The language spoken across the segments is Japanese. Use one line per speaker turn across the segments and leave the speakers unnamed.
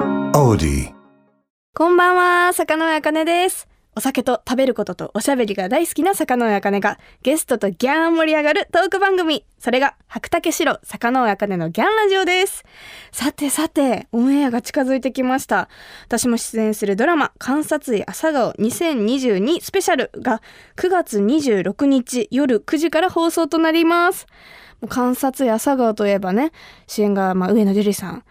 Melody.
こんばんは、坂上茜です。お酒と食べることとおしゃべりが大好きな坂上茜がゲストとギャーン盛り上がるトーク番組。それが白竹城坂上茜のギャンラジオです。さてさて、オンエアが近づいてきました。私も出演するドラマ観察医朝顔2022スペシャルが9月26日夜9時から放送となります。もう観察医朝顔といえばね、主演がまあ上野樹里さん。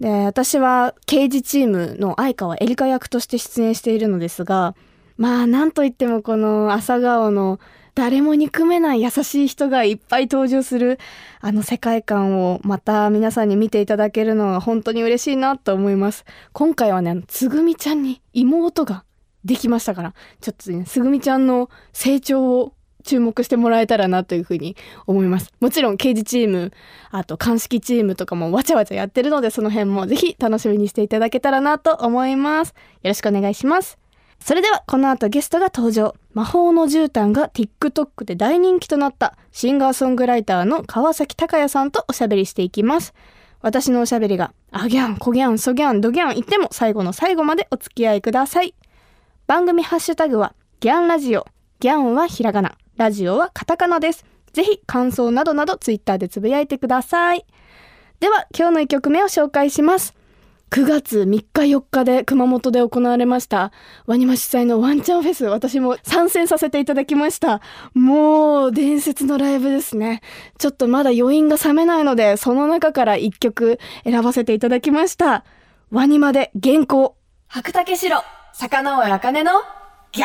で私は刑事チームの相川エリカ役として出演しているのですがまあなんといってもこの朝顔の誰も憎めない優しい人がいっぱい登場するあの世界観をまた皆さんに見ていただけるのは本当に嬉しいなと思います今回はねあのつぐみちゃんに妹ができましたからちょっとねつぐみちゃんの成長を注目してもらえたらなというふうに思いますもちろん刑事チームあと鑑識チームとかもわちゃわちゃやってるのでその辺もぜひ楽しみにしていただけたらなと思いますよろしくお願いしますそれではこの後ゲストが登場魔法の絨毯が TikTok で大人気となったシンガーソングライターの川崎隆也さんとおしゃべりしていきます私のおしゃべりがあギャンこギャンそギャンドギャン言っても最後の最後までお付き合いください番組ハッシュタグはギャンラジオギャンはひらがなラジオはカタカナですぜひ感想などなどツイッターでつぶやいてくださいでは今日の一曲目を紹介します9月3日4日で熊本で行われましたワニマ主催のワンチャンフェス私も参戦させていただきましたもう伝説のライブですねちょっとまだ余韻が冷めないのでその中から1曲選ばせていただきましたワニマで原稿白竹城坂上茜のギャ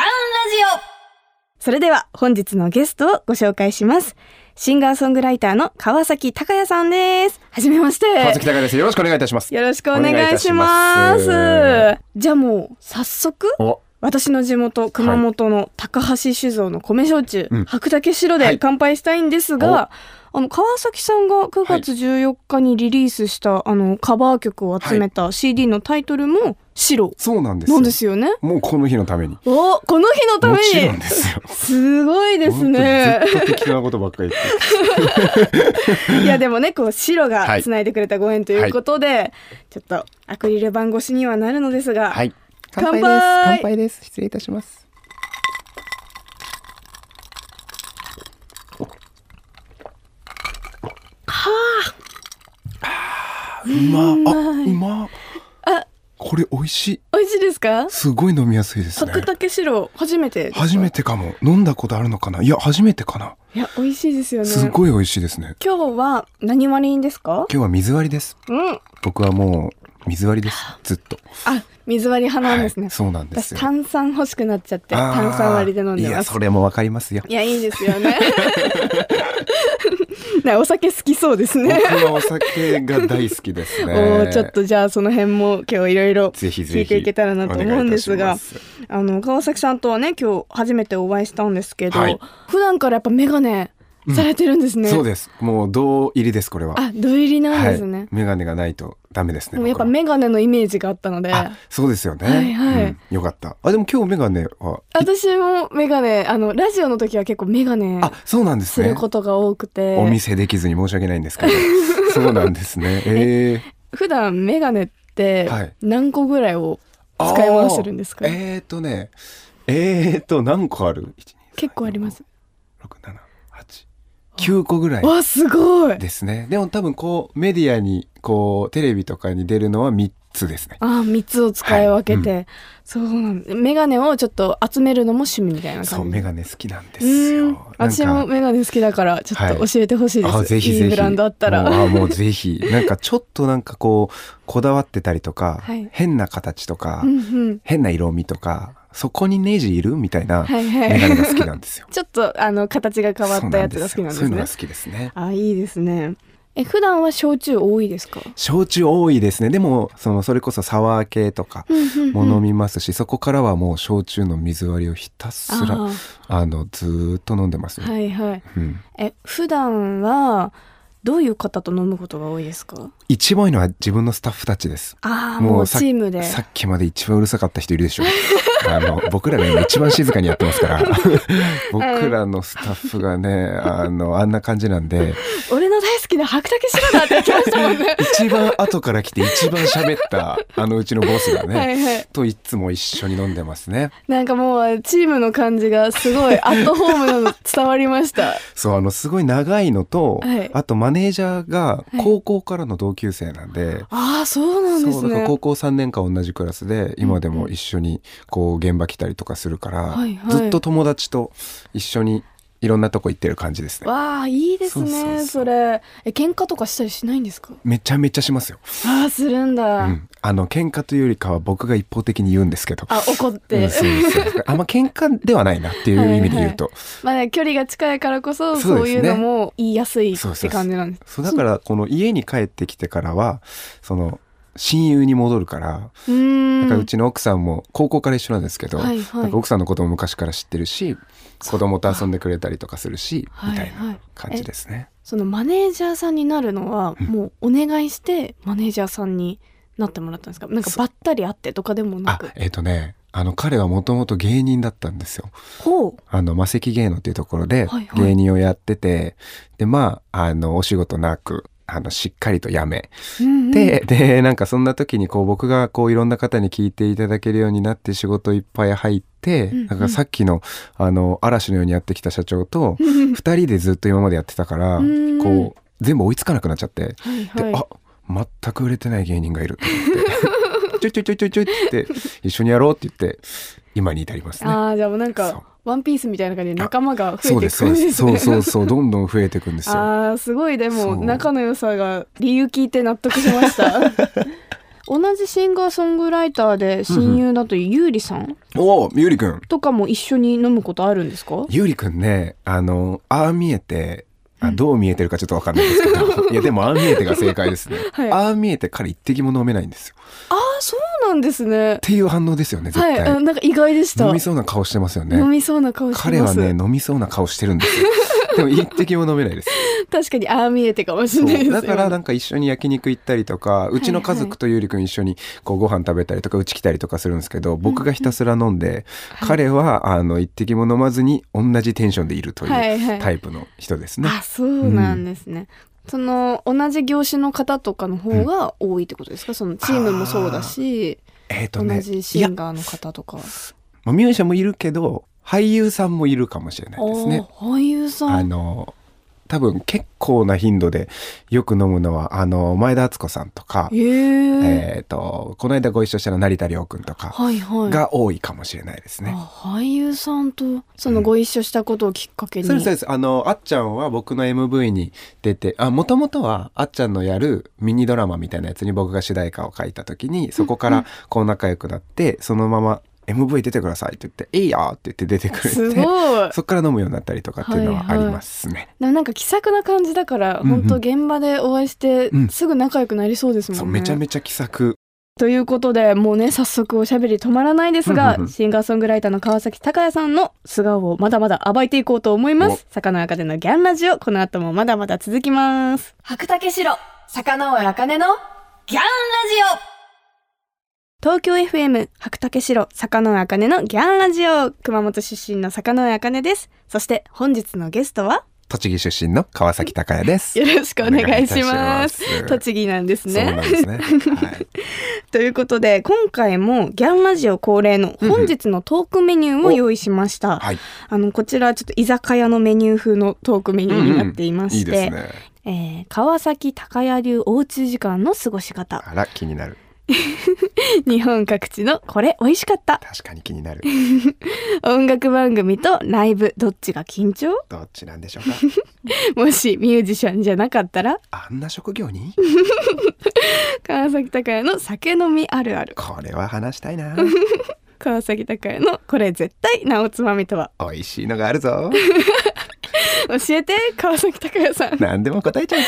ンラジオそれでは本日のゲストをご紹介します。シンガーソングライターの川崎隆也さんです。はじめまして。
川崎隆です。よろしくお願いいたします。
よろしくお願いします。
お願いいたし
じゃあもう早速
お、
私の地元熊本の高橋酒造の米焼酎、
うん
白竹白
は
で
い
乾杯したいんですが、あの川崎さんが9月14日にリリースした、あのカバー曲を集めた CD のタイトルも白
そうなんですよ。
なんですよね。
もうこの日のために。
おこの日のた
も
め
ちろん
に
ですよ。
すごいですね
本。当にずっと適当なことばっかり言って。
いやでもねこう白がつないでくれたご縁ということで、ちょっとアクリル板越しにはなるのですが、
はい。
乾杯
乾杯です。失礼いたします。
うま。あ、うま。これ美味しい。
美味しいですか
すごい飲みやすいですね。
白竹白初めてですか
初めてかも。飲んだことあるのかな。いや、初めてかな。
いや美味しいですよね
すごい美味しいですね。
今日は何割りですか
今日は水割りです。
うん
僕はもう水割りです。ずっと。
あ水割り派なんですね、
はいそうなんですよ。
私炭酸欲しくなっちゃって
あー
炭酸割りで飲んで
い
ま
や、
す
それもわかります よ。
いやいいですよ ねねお酒好きそうです
僕
ね
はお酒が大好きです
お
ね。
ーちょっとじゃあその辺も今日いろいろ
ぜひぜひ
聞いていけたらなと思うんです
お願い
が
いたします
あの川崎さんとはね今日初めてお会いしたんですけど、
はい
普段からやっぱ眼鏡されてるんですね、
そうです。もう銅入りですこれは。
あ土入りなんですね、
はい。メガネがないとダメですね。
でもやっぱ
僕は
眼鏡のイメージがあったので
あ、そうですよね。
はいはい
うんよかった。あ、でも今日メガネは。
私も眼鏡あのラジオの時は結構眼鏡
あ、そうなんです
す
ね
る。ことが多くて、
お見せできずに申し訳ないんです けど。そうなんですね。えー
普段眼鏡って
はい
何個ぐらいを
あー
使い回してるんですか、
えーとね、えーと何個ある？1 2 3
結構あります。
4 5 6 7 8 9個ぐらい
わすごい
ですね。でも多分こうメディアにこうテレビとかに出るのは3つですね。
あ3つを使い分けて、
は
そうなんです眼鏡をちょっと集めるのも趣味みたいな感じ
そうメガネ好きなんです
う
よ
ん。私
なん
も
か
メガネ好きだからちょっ
は
と
い
教えてほしいです、
あぜひぜひ
いいブランドあった
もう
ら
あもうぜひなんかちょっとなんかこうこだわってたりとか、
はい
変な形とか、
うんうん
変な色味とかそこにネジいるみたいな
はいはい。
メガネが好きなんですよ
ちょっとあの形が 変わったやつが好きなんで
そう
す
いうの
ね
が好きですね。
あいいですねえ普段は焼酎多いですか
焼酎多いですね。でもそのそれこそサワー系とかも飲みますし、そこからはもう焼酎の水割りをひたすら
あ
あのずーっと飲んでますね。
はいはい
うん
え普段はどういう方と飲むことが多いですか
一番多いのは自分のスタッフたちです。
ああもう
さ
チームで
さっきまで一番うるさかった人いるでしょ あの僕らね今一番静かにやってますから 僕らのスタッフがねあのあんな感じなんで
俺の大好きな白竹白だって言ってましたもんね
一番後から来て一番喋ったあのうちのボスがね、
はいはい
といつも一緒に飲んでますね
なんかもうチームの感じがすごいアットホームなの伝わりました
そうあのすごい長いのと、
はい
あとマネージャーが
い
高校からの同級生なんで、
ああそうなんで
そ
す
うだから高
ね
校3年間同じクラスで今でも一緒にこう現場来たりとかするから、
はいはい
ずっと友達と一緒にいろんなとこ行ってる感じですね
わあいいですねそ
そうそうそう
れえ喧嘩とかしたりしないんですか
めちゃめちゃしますよ、
ああするん
う
だ、
ん、あの喧嘩というよりかは僕が一方的に言うんですけど
あ怒っ
う
て
ん、そうですそうあんま喧嘩ではないなっていう意味で言うと、
まあね、距離が近いからこそそ,、
そううですね
いうのも言いやすいっ
そうそう
て
そう
感じなんです
そうだからこの家に帰ってきてからはその親友に戻るから
うー
なんんかうちの奥さんも高校から一緒なんですけど、
はいはい
なんか奥さんのことも昔から知ってるし子供と遊んでくれたりとかするし、
はい
みたいな感じですね。
そのマネージャーさんになるのはもうお願いしてマネージャーさんになってもらったんですかなんかばったり会ってとかでもな
あ
く
えっ、とねあの彼はもともと芸人だったんですよ。
ほう
あの魔石芸能っていうところで
はいはい
芸人をやってて、でまああのお仕事なくあのしっかりと辞め、
うんうん
ででなんかそんな時にこう僕がこういろんな方に聞いていただけるようになって仕事いっぱい入って、
うんうん
なんかさっきのあの嵐のようにやってきた社長と
うん
2人でずっと今までやってたから、
うん
こう全部追いつかなくなっちゃって、
はい
で
はい
あ全く売れてない芸人がいる と思ってちょいちょいちょいちょいちょいって言って一緒にやろうって言って今に至りますね。
あーじゃあもうなん
そう
かワンピースみたいな感じで仲間が
そ
増
う
えて
で
い
すそう
く感じ
で
ですす
そう
ね
そうそうどんどん増えていくんですよ。
あーすごいで
そ
も
う
仲の良さが理由聞いて納得しました 同じシンガーソングライターで親友だというゆうりさん
おおゆうりくん
とかも一緒に飲むことあるんですか
ゆうりくんねあのああ見えてあどう見えてるかちょっとわかんないですけ どいやでもああ見えてが正解ですね、
はい
ああ見えて彼一滴も飲めないんですよっ
ああそうなんですね
ていう反応ですよね絶
はい
対、
あなんか意外でした
飲みそうな顔してますよね
飲みそうな顔してます
彼はね飲みそうな顔してるんですよでも一滴も飲めないです
確かにああ見えてかもし
そ
れ ないで
う
す
だからなんんか一緒に焼肉行ったりとかうちの家族とゆうりくん一緒にこうご飯食べたりとかうち来たりとかするんですけど僕がひたすら飲んで彼はあの一滴も飲まずに同じテンションでいるという
はいはい
タイプの人ですね。
あそうなんですね、その同じ業種の方とかの方が多いってことですかそのチームもそうだし
えーと
同
ね
じ
い
シ
や
ンガーの方とか
まあ、ミュージシャンもいるけど俳優さんもいるかもしれないですね。
あー俳優さん
あの多分結構な頻度でよく飲むのはあの前田敦子さんとか、
へえ
えー、とこの間ご一緒したの成田凌君とか
はいはい
が多いかもしれないですね。
あ俳優さんとそのご一緒したことをきっかけに、
そうですそうですあのあっちゃんは僕の MV に出てあもともとはあっちゃんのやるミニドラマみたいなやつに僕が主題歌を書いた時にそこからこう仲良くなって、そのまま MV 出てくださいって言って「いいよ」って言って出てくれて
すごい
そっから飲むようになったりとかっていうのはありますね。
でもなんか気さくな感じだから、
うんうん
本当現場でお会いして
うん
すぐ仲良くなりそうですもんね。
そうめちゃめちゃ気さく。
ということでもうね早速おしゃべり止まらないですが
うんうんうん
シンガーソングライターの川崎隆也さんの素顔をまだまだ暴いていこうと思います。魚赤でのギャンラジオこの後もまだまだ続きます。白竹城魚尾茜のギャンラジオ東京 FM 白竹城坂野茜のギャンラジオ熊本出身の坂野茜ですそして本日のゲストは
栃木出身の川崎隆也です。
よろしくお願いし
お
ます
願いいたします
栃木なんです
そう
ね
なんですね。はい、
ということで今回もギャンラジオ恒例の本日のトークメニューを用意しました、
はい、
あのこちらちょっと居酒屋のメニュー風のトークメニューになっていま
い
し
いです
て、
ね。
えー川崎高谷流おうち時間の過ごし方
あら気になる。
日本各地のこれ美味しかった
確かに気になる。
音楽番組とライブどっちが緊張
どっちなんでしょうか。
もしミュージシャンじゃなかったら
あんな職業に
川崎隆也の酒飲みあるある
これは話したいな。
川崎隆也のこれ絶対なおつまみとは
美味しいのがあるぞ。
教えて川崎隆也さん
何でも答えちゃうぞ。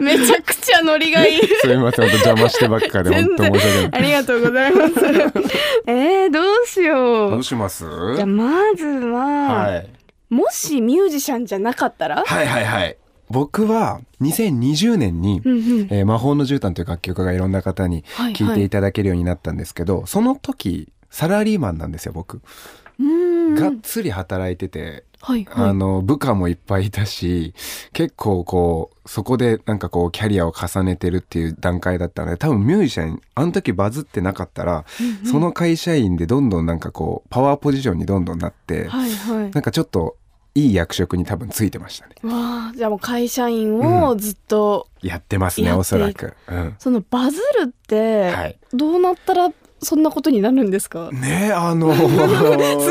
めちゃくちゃノリがいい
すみません、本当邪魔してばっかで本
全
当
然
申し訳な
あ
い。
りがとうございますえー、どうし
ど
よう
うします？
じゃあ
は
まずは、
い。
もしミュージシャンじゃなかったら
はいはいはい。僕は2020年に、
うんうん
えー魔法の絨毯という楽曲がいろんな方に
はい
聴い
は
て
い
いただけるようになったんですけど、その時サラリーマンなんですよ僕。
うーん
がっつり働いてて、
はい
あ
はい
の部下もいっぱいいたし結構こうそこでなんかこうキャリアを重ねてるっていう段階だったので多分ミュージシャンあの時バズってなかったら、その会社員でどんどんなんかこうパワーポジションにどんどんなって、
はいはい
なんかちょっといい役職に多分ついてましたね。
わあじゃあもう会社員をずっと、
やってますね
やって
おそらく。うん
そのバズるって、
はい、
どうなったらそんなことになるんですか
ねあの
す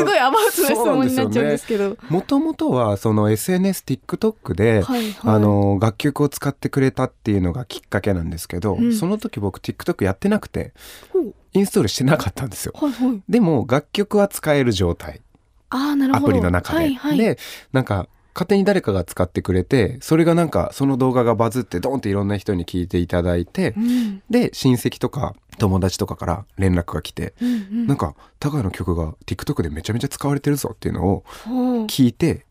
ごいアバウトな質
そうなん
問
で
に
す
な
よ
っちゃうん
ね
ですけど
もともとはその SNSTikTok で、
はいはい
あの楽曲を使ってくれたっていうのがきっかけなんですけど、
うん
その時僕 TikTok やってなくて
ほう
インストールしてなかったんですよ。
はいはい
でも楽曲は使える状態
ああなる
ア
ほど
プリの中で。
はいはい、
でなんか勝手に誰かが使ってくれてそれがなんかその動画がバズってドンっていろんな人に聞いていただいて、
うん
で親戚とか友達とかから連絡が来て、
うんうん
なんか高の曲が TikTok でめちゃめちゃ使われてるぞっていうのを
ほう
聞いて、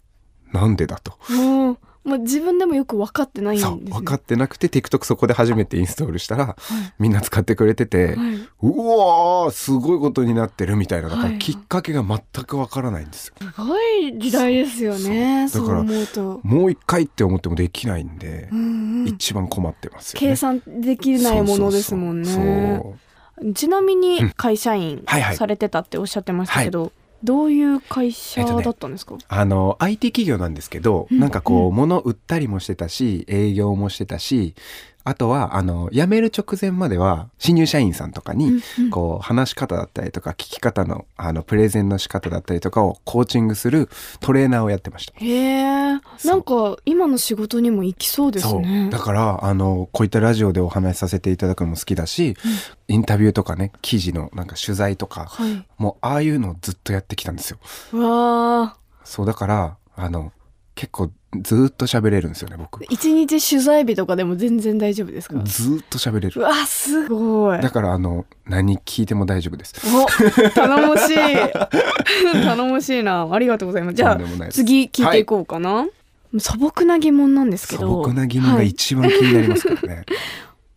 なんでだと。
もう、まあ、自分でもよく分かってないんです
そ
よ
う分かってなくて TikTok そこで初めてインストールしたら、みんな使ってくれてて、
はいう
わーすごいことになってるみたいなだか
は
ら
い
きっかけが全くわからないんですよ。
すごい時代ですよねそ
そううだから
思うと、
もう一回って思ってもできないんで
う、んうん、
一番困ってますよね。
計算できないものですもんね
そうそうそう
ちなみに会社員
はいはい
されてたっておっしゃってましたけど、どういう会社だったんですか、
あの IT 企業なんですけど、
うん
なんかこう物売ったりもしてたし営業もしてたしあとはあの辞める直前までは新入社員さんとかに
うんうん
こう話し方だったりとか聞き方のあのプレゼンの仕方だったりとかをコーチングするトレーナーをやってました。
へえん
そう
か今の仕事にも行きそうです
そう
ね
だからあのこういったラジオでお話しさせていただくのも好きだし、インタビューとかね記事のなんか取材とか
はい
もうああいうのをずっとやってきたんですよ。
うわ
そうだからあの結構ずーっと喋れるんですよね僕
ー一日取材日とかでも全然大丈夫ですか
ずーっと喋れ
う
る
わすごい
だからあの何聞いても大丈夫です
お頼もしい頼もしい なありがとうございますじ
と
ゃ
んでもない
あ
です
次聞いていこうかな、素朴な疑問なんですけ
素
ど
朴な疑問
は
が
い
一番気になりますからね、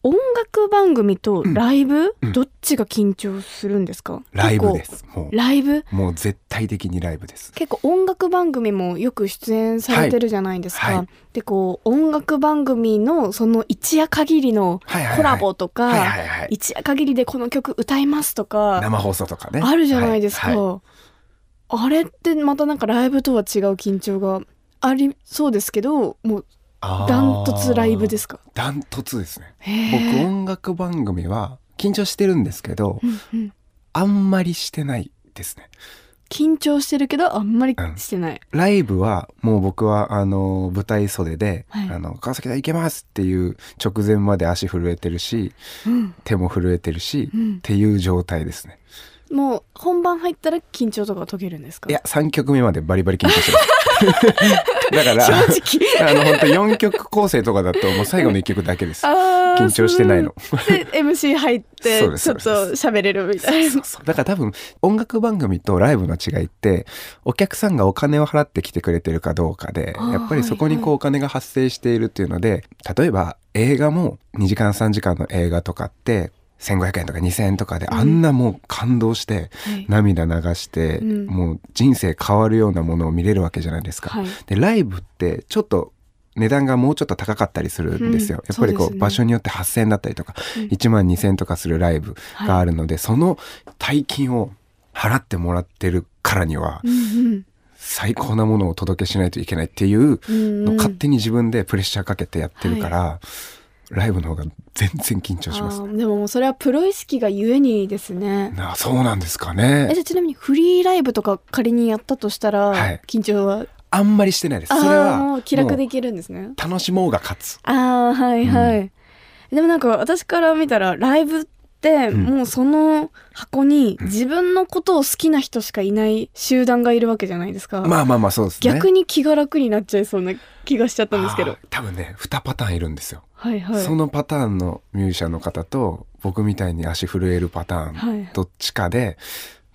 音楽番組とライブ、
うん
どっちが緊張するんですか
ライブで
結
すも
構ライブ
うもう絶対的にライブです
結構音楽番組もよく出演されてるじゃないですか、
はいはい
でこう音楽番組のその一夜限りの
はいはいはい
コラボとか、
はいはいはい
一夜限りでこの曲歌いますとか
生放送とかね
あるじゃないですか、
はいはい
あれってまたなんかライブとは違う緊張がありそうですけどもう
あー
ダントツライブですか
ダントツですね僕
へー
音楽番組は緊張してるんですけど
うんうん
あんまりしてないですね
緊張してるけどあんまり
うん
してない、
ライブはもう僕はあの舞台袖で「
はい
あの川崎さん行けます!」っていう直前まで足震えてるし
うん
手も震えてるし、
う
っ
ん
ていう状態ですね
もう本番入ったら緊張とか解けるんですか
いや3曲目までバリバリ緊張してますだ から
正
あ
直
の本当4曲構成とかだともう最後の1曲だけです
あー
緊張してないの
そうで MC 入ってち
そう
ょっ
で
と
すそうです
喋れるみたいな
そうそうだから多分音楽番組とライブの違いってお客さんがお金を払ってきてくれてるかどうかで
あー
やっぱりそこにこうお金が発生しているっていうので例えば映画も2時間3時間の映画とかって1500円とか2000円とかであんなもう感動して
はい
涙流して
うん
もう人生変わるようなものを見れるわけじゃないですか。
はい
でライブってちょっと値段がもうちょっと高かったりするんですよ。
うん
やっぱりこ
そう
う
ですね
場所によって8,000円だったりとか、
うん
1万2,000円とかするライブがあるので、その大金を払ってもらってるからには
うん
最高なものをお届けしないといけないっていう
うんうんう
のを
ん
勝手に自分でプレッシャーかけてやってるから、ライブの方が全然緊張します
あ
ね。
ーでももうそれはプロ意識がゆえにですね
なあそうなんですか
え
ね
じゃ。あちなみにフリーライブとか仮にやったとしたら、
はい
緊張は
あんまりしてないです。
あ
それ
あ
は
ーもう気楽で
も
いけるんですね
う楽しもうが勝つ。
ああはいはい、でもなんか私から見たらライブって
うん
もうその箱に自分のことを好きな人しかいない集団がいるわけじゃないですか、
まあまあまあそうですね。
逆に気が楽になっちゃいそうな気がしちゃったんです
あ
けど
ー多分ね2パターンいるんですよ、
はいはい
そのパターンのミュージシャンの方と僕みたいに足震えるパターン、
はい
どっちかで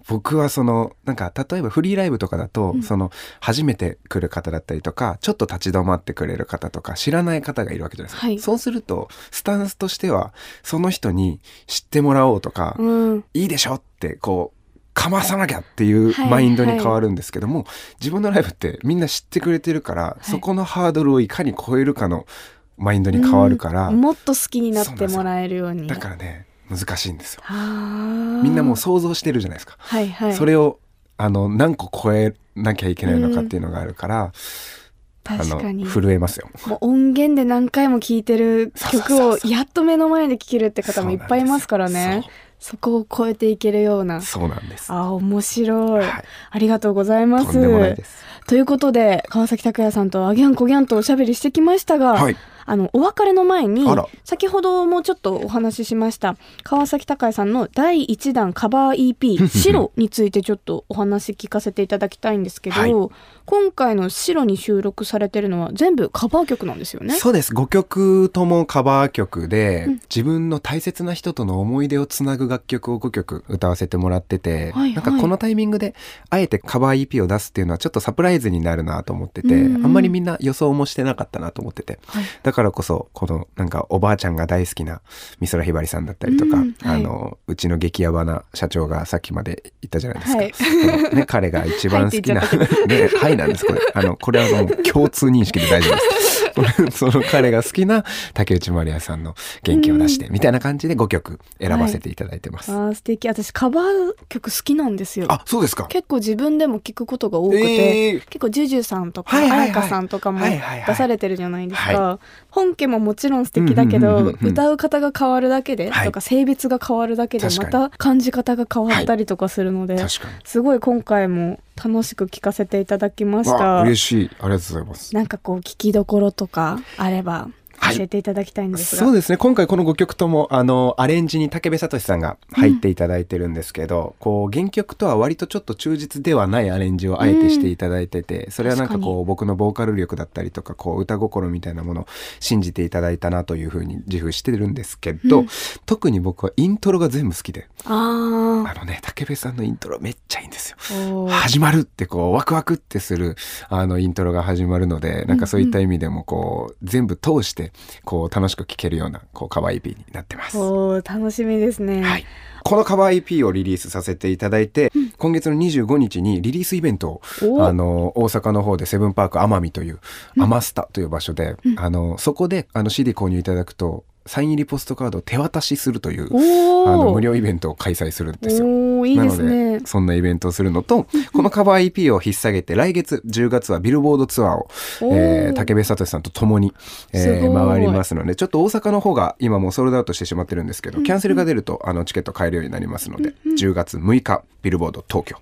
僕はそのなんか例えばフリーライブとかだと、
うん
その初めて来る方だったりとかちょっと立ち止まってくれる方とか知らない方がいるわけじゃないですか、
はい
そうするとスタンスとしてはその人に知ってもらおうとか、
うん
いいでしょってこうかまさなきゃっていう
はい
マインドに変わるんですけども、自分のライブってみんな知ってくれてるから、
い
そこのハードルをいかに超えるかのマインドに変わるから、
うんもっと好きになってもらえるように
だからね難しいんですよ。み
み
んなもう想像してるじゃないですか。
はいはい
それをあの何個超えなきゃいけないのかっていうのがあるから、あ
確
の
かに
震えますよ。
もう音源で何回も聴いてる曲
そうそうそ
を
うそう
やっと目の前で聴けるって方もいっぱいいますからねそこを超えていけるような
そうなんです。そう
あ面白
は
い、
い
ありがとうございます
とんでもないです。
ということで川崎拓也さんとあぎゃんこぎゃんとおしゃべりしてきましたが、
はい。
あのお別れの前に
あら
先ほどもちょっとお話ししました川崎隆也さんの第1弾カバ ー EP「白」についてちょっとお話聞かせていただきたいんですけど、
はい
今回の「白」に収録されてるのは全部カバー曲なんですよね。
そうです5曲ともカバー曲で、
うん
自分の大切な人との思い出をつなぐ楽曲を5曲歌わせてもらってて、
はいはい
なんかこのタイミングであえてカバー EP を出すっていうのはちょっとサプライズになるなと思ってて、
うんうん
あんまりみんな予想もしてなかったなと思ってて
はい
だからこそこのなんかおばあちゃんが大好きな美空ひばりさんだったりとか、
うんはい
あのうちの激ヤバな社長がさっきまで言ったじゃないですか、
はい
あのね、彼が一番好きな
はいって
「ねはい」なんですこれあのこれはもう共通認識で大丈夫です その彼が好きな竹内まりやさんの「元気を出して」みたいな感じで5曲選ばせていただいてます、
あー素敵私カバー曲好きなんですよ
あそうですか
結構自分でも聞くことが多くて、
えー
結構ジュジュさんとか
はいはいはい
彩香さんとかも
はいはいはい
出されてるじゃないです
は
か本家ももちろん素敵だけ
うんうん
ど
うんうんうん
歌う方が変わるだけで
はい
とか性別が変わるだけでま
確かに
た感じ方が変わったりとかするので
確か
すごい今回も楽しく聞かせていただきまし
にわ
た
嬉しいありがとうございます
なんかこう聞きどころとかあれば
はい
教えていただきたいんですが
そうですね今回この5曲ともあのアレンジに武部聡さんが入っていただいてるんですけど、こう原曲とは割とちょっと忠実ではないアレンジをあえてしていただいてて、それはなんか
確か
こう僕のボーカル力だったりとかこう歌心みたいなものを信じていただいたなというふうに自負してるんですけど、
うん
特に僕はイントロが全部好きで
あ
あのね武部さんのイントロめっちゃいいんですよ。
ーおー
始まるってこうワクワクってするあのイントロが始まるのでなんかそういった意味でもこう全部通してこう楽しく聴けるようなこうカバー EP になってます。は
おー楽しみですね
いこのカバー EP をリリースさせていただいて、今月の25日にリリースイベントを
お
あの大阪の方でセブンパーク奄美という奄スタという場所で、あのそこであの CD 購入いただくとサイン入りポストカードを手渡しするという
おー
あの無料イベントを開催するんですよ。
おーいいです
な
ね
のでそんなイベントをするのとこのカバー EP を引っ提げて来月10月はビルボードツアーを、
おー
えー竹部聡さんと共に、えー
すごい
回りますのでちょっと大阪の方が今もうソールドアウトしてしまってるんですけどキャンセルが出るとあのチケット買えるようになりますので10月6日ビルボード東京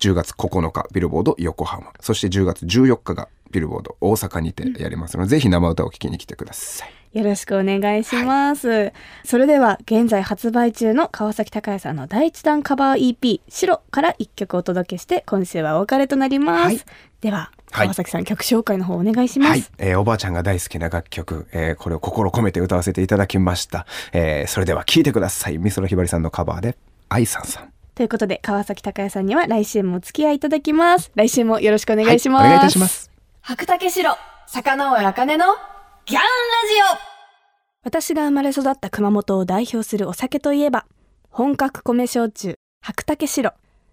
10月9日ビルボード横浜そして10月14日がビルボード大阪にてやりますのでぜひ生歌を聴きに来てください。
よろしくお願いします、それでは現在発売中の川崎隆也さんの第一弾カバー EP「白」から一曲お届けして今週はお別れとなります、
はい
では
はい
川崎さん、曲紹介の方お願いします、
はい、えーおばあちゃんが大好きな楽曲、えーこれを心込めて歌わせていただきました、えーそれでは聴いてください美空ひばりさんのカバーで「愛さんさん
ということで川崎隆也さんには来週もお付き合いいただきます来週もよろしくお願いします、
はいお願いいたします
白竹城坂上茜のギャンラジオ私が生まれ育った熊本を代表するお酒といえば本格米焼酎白竹白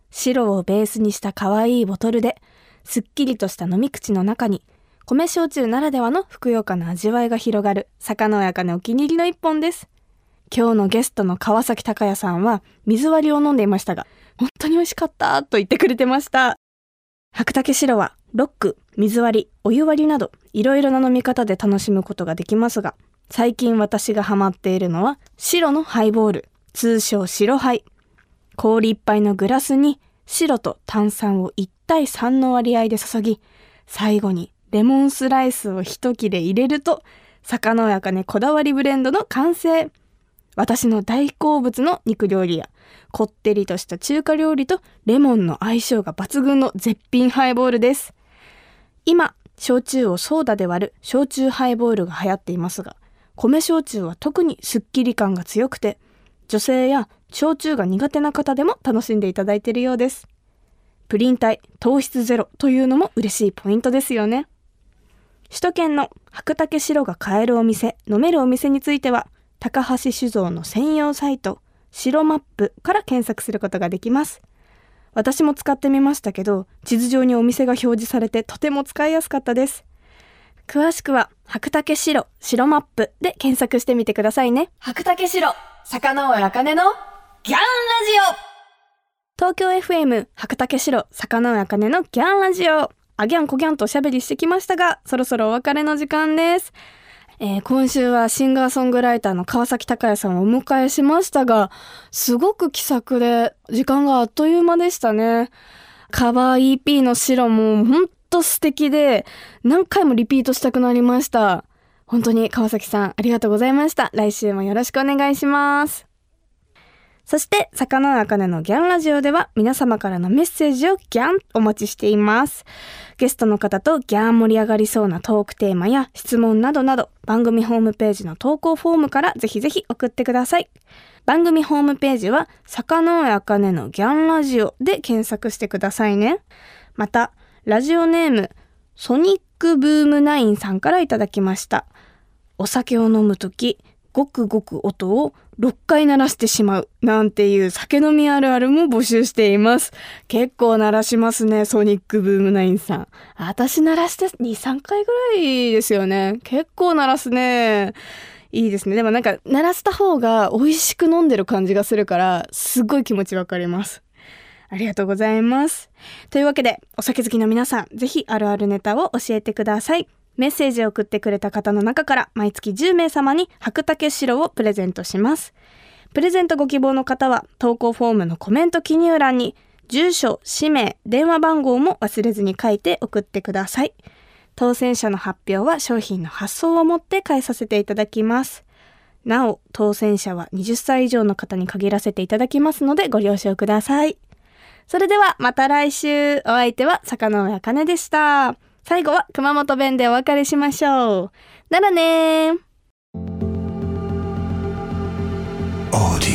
白をベースにした可愛いボトルですっきりとした飲み口の中に米焼酎ならではのふくよかな味わいが広がる坂のやかねお気に入りの一本です今日のゲストの川崎隆也さんは水割りを飲んでいましたが本当に美味しかったと言ってくれてました白竹白はロック水割りお湯割りなどいろいろな飲み方で楽しむことができますが最近私がハマっているのは白のハイボール通称白ハイ氷いっぱいのグラスに白と炭酸を1対3の割合で注ぎ最後にレモンスライスを一切れ入れると坂のやかねこだわりブレンドの完成私の大好物の肉料理やこってりとした中華料理とレモンの相性が抜群の絶品ハイボールです今焼酎をソーダで割る焼酎ハイボールが流行っていますが米焼酎は特にすっきり感が強くて女性や焼酎が苦手な方でも楽しんでいただいているようですプリン体糖質ゼロというのも嬉しいポイントですよね首都圏の白竹白が買えるお店飲めるお店については高橋酒造の専用サイト白マップから検索することができます私も使ってみましたけど地図上にお店が表示されてとても使いやすかったです詳しくは白竹白白マップで検索してみてくださいね白竹白坂上茜のギャンラジオ東京 FM 白竹白坂上茜のギャンラジオあギャンこギャンとおしゃべりしてきましたがそろそろお別れの時間です、えー今週はシンガーソングライターの川崎隆也さんをお迎えしましたがすごく気さくで時間があっという間でしたねカバー EP の白もほんと素敵で何回もリピートしたくなりました本当に川崎さんありがとうございました来週もよろしくお願いしますそして魚あかねのギャンラジオでは皆様からのメッセージをギャンお待ちしていますゲストの方とギャン盛り上がりそうなトークテーマや質問などなど番組ホームページの投稿フォームからぜひぜひ送ってください番組ホームページは坂上茜のギャンラジオで検索してくださいねまたラジオネームソニックブームナインさんからいただきましたお酒を飲むときごくごく音を6回鳴らしてしまうなんていう酒飲みあるあるも募集しています結構鳴らしますねソニックブームナインさん私鳴らして23回ぐらいですよね結構鳴らすねいいですねでもなんか鳴らした方が美味しく飲んでる感じがするからすごい気持ちわかりますありがとうございますというわけでお酒好きの皆さんぜひあるあるネタを教えてくださいメッセージを送ってくれた方の中から毎月10名様に白竹白をプレゼントしますプレゼントご希望の方は投稿フォームのコメント記入欄に住所氏名電話番号も忘れずに書いて送ってください当選者の発表は商品の発送をもって返させていただきますなお当選者は20歳以上の方に限らせていただきますのでご了承くださいそれではまた来週お相手は坂上茜でした最後は熊本弁でお別れしましょうならねー
Audio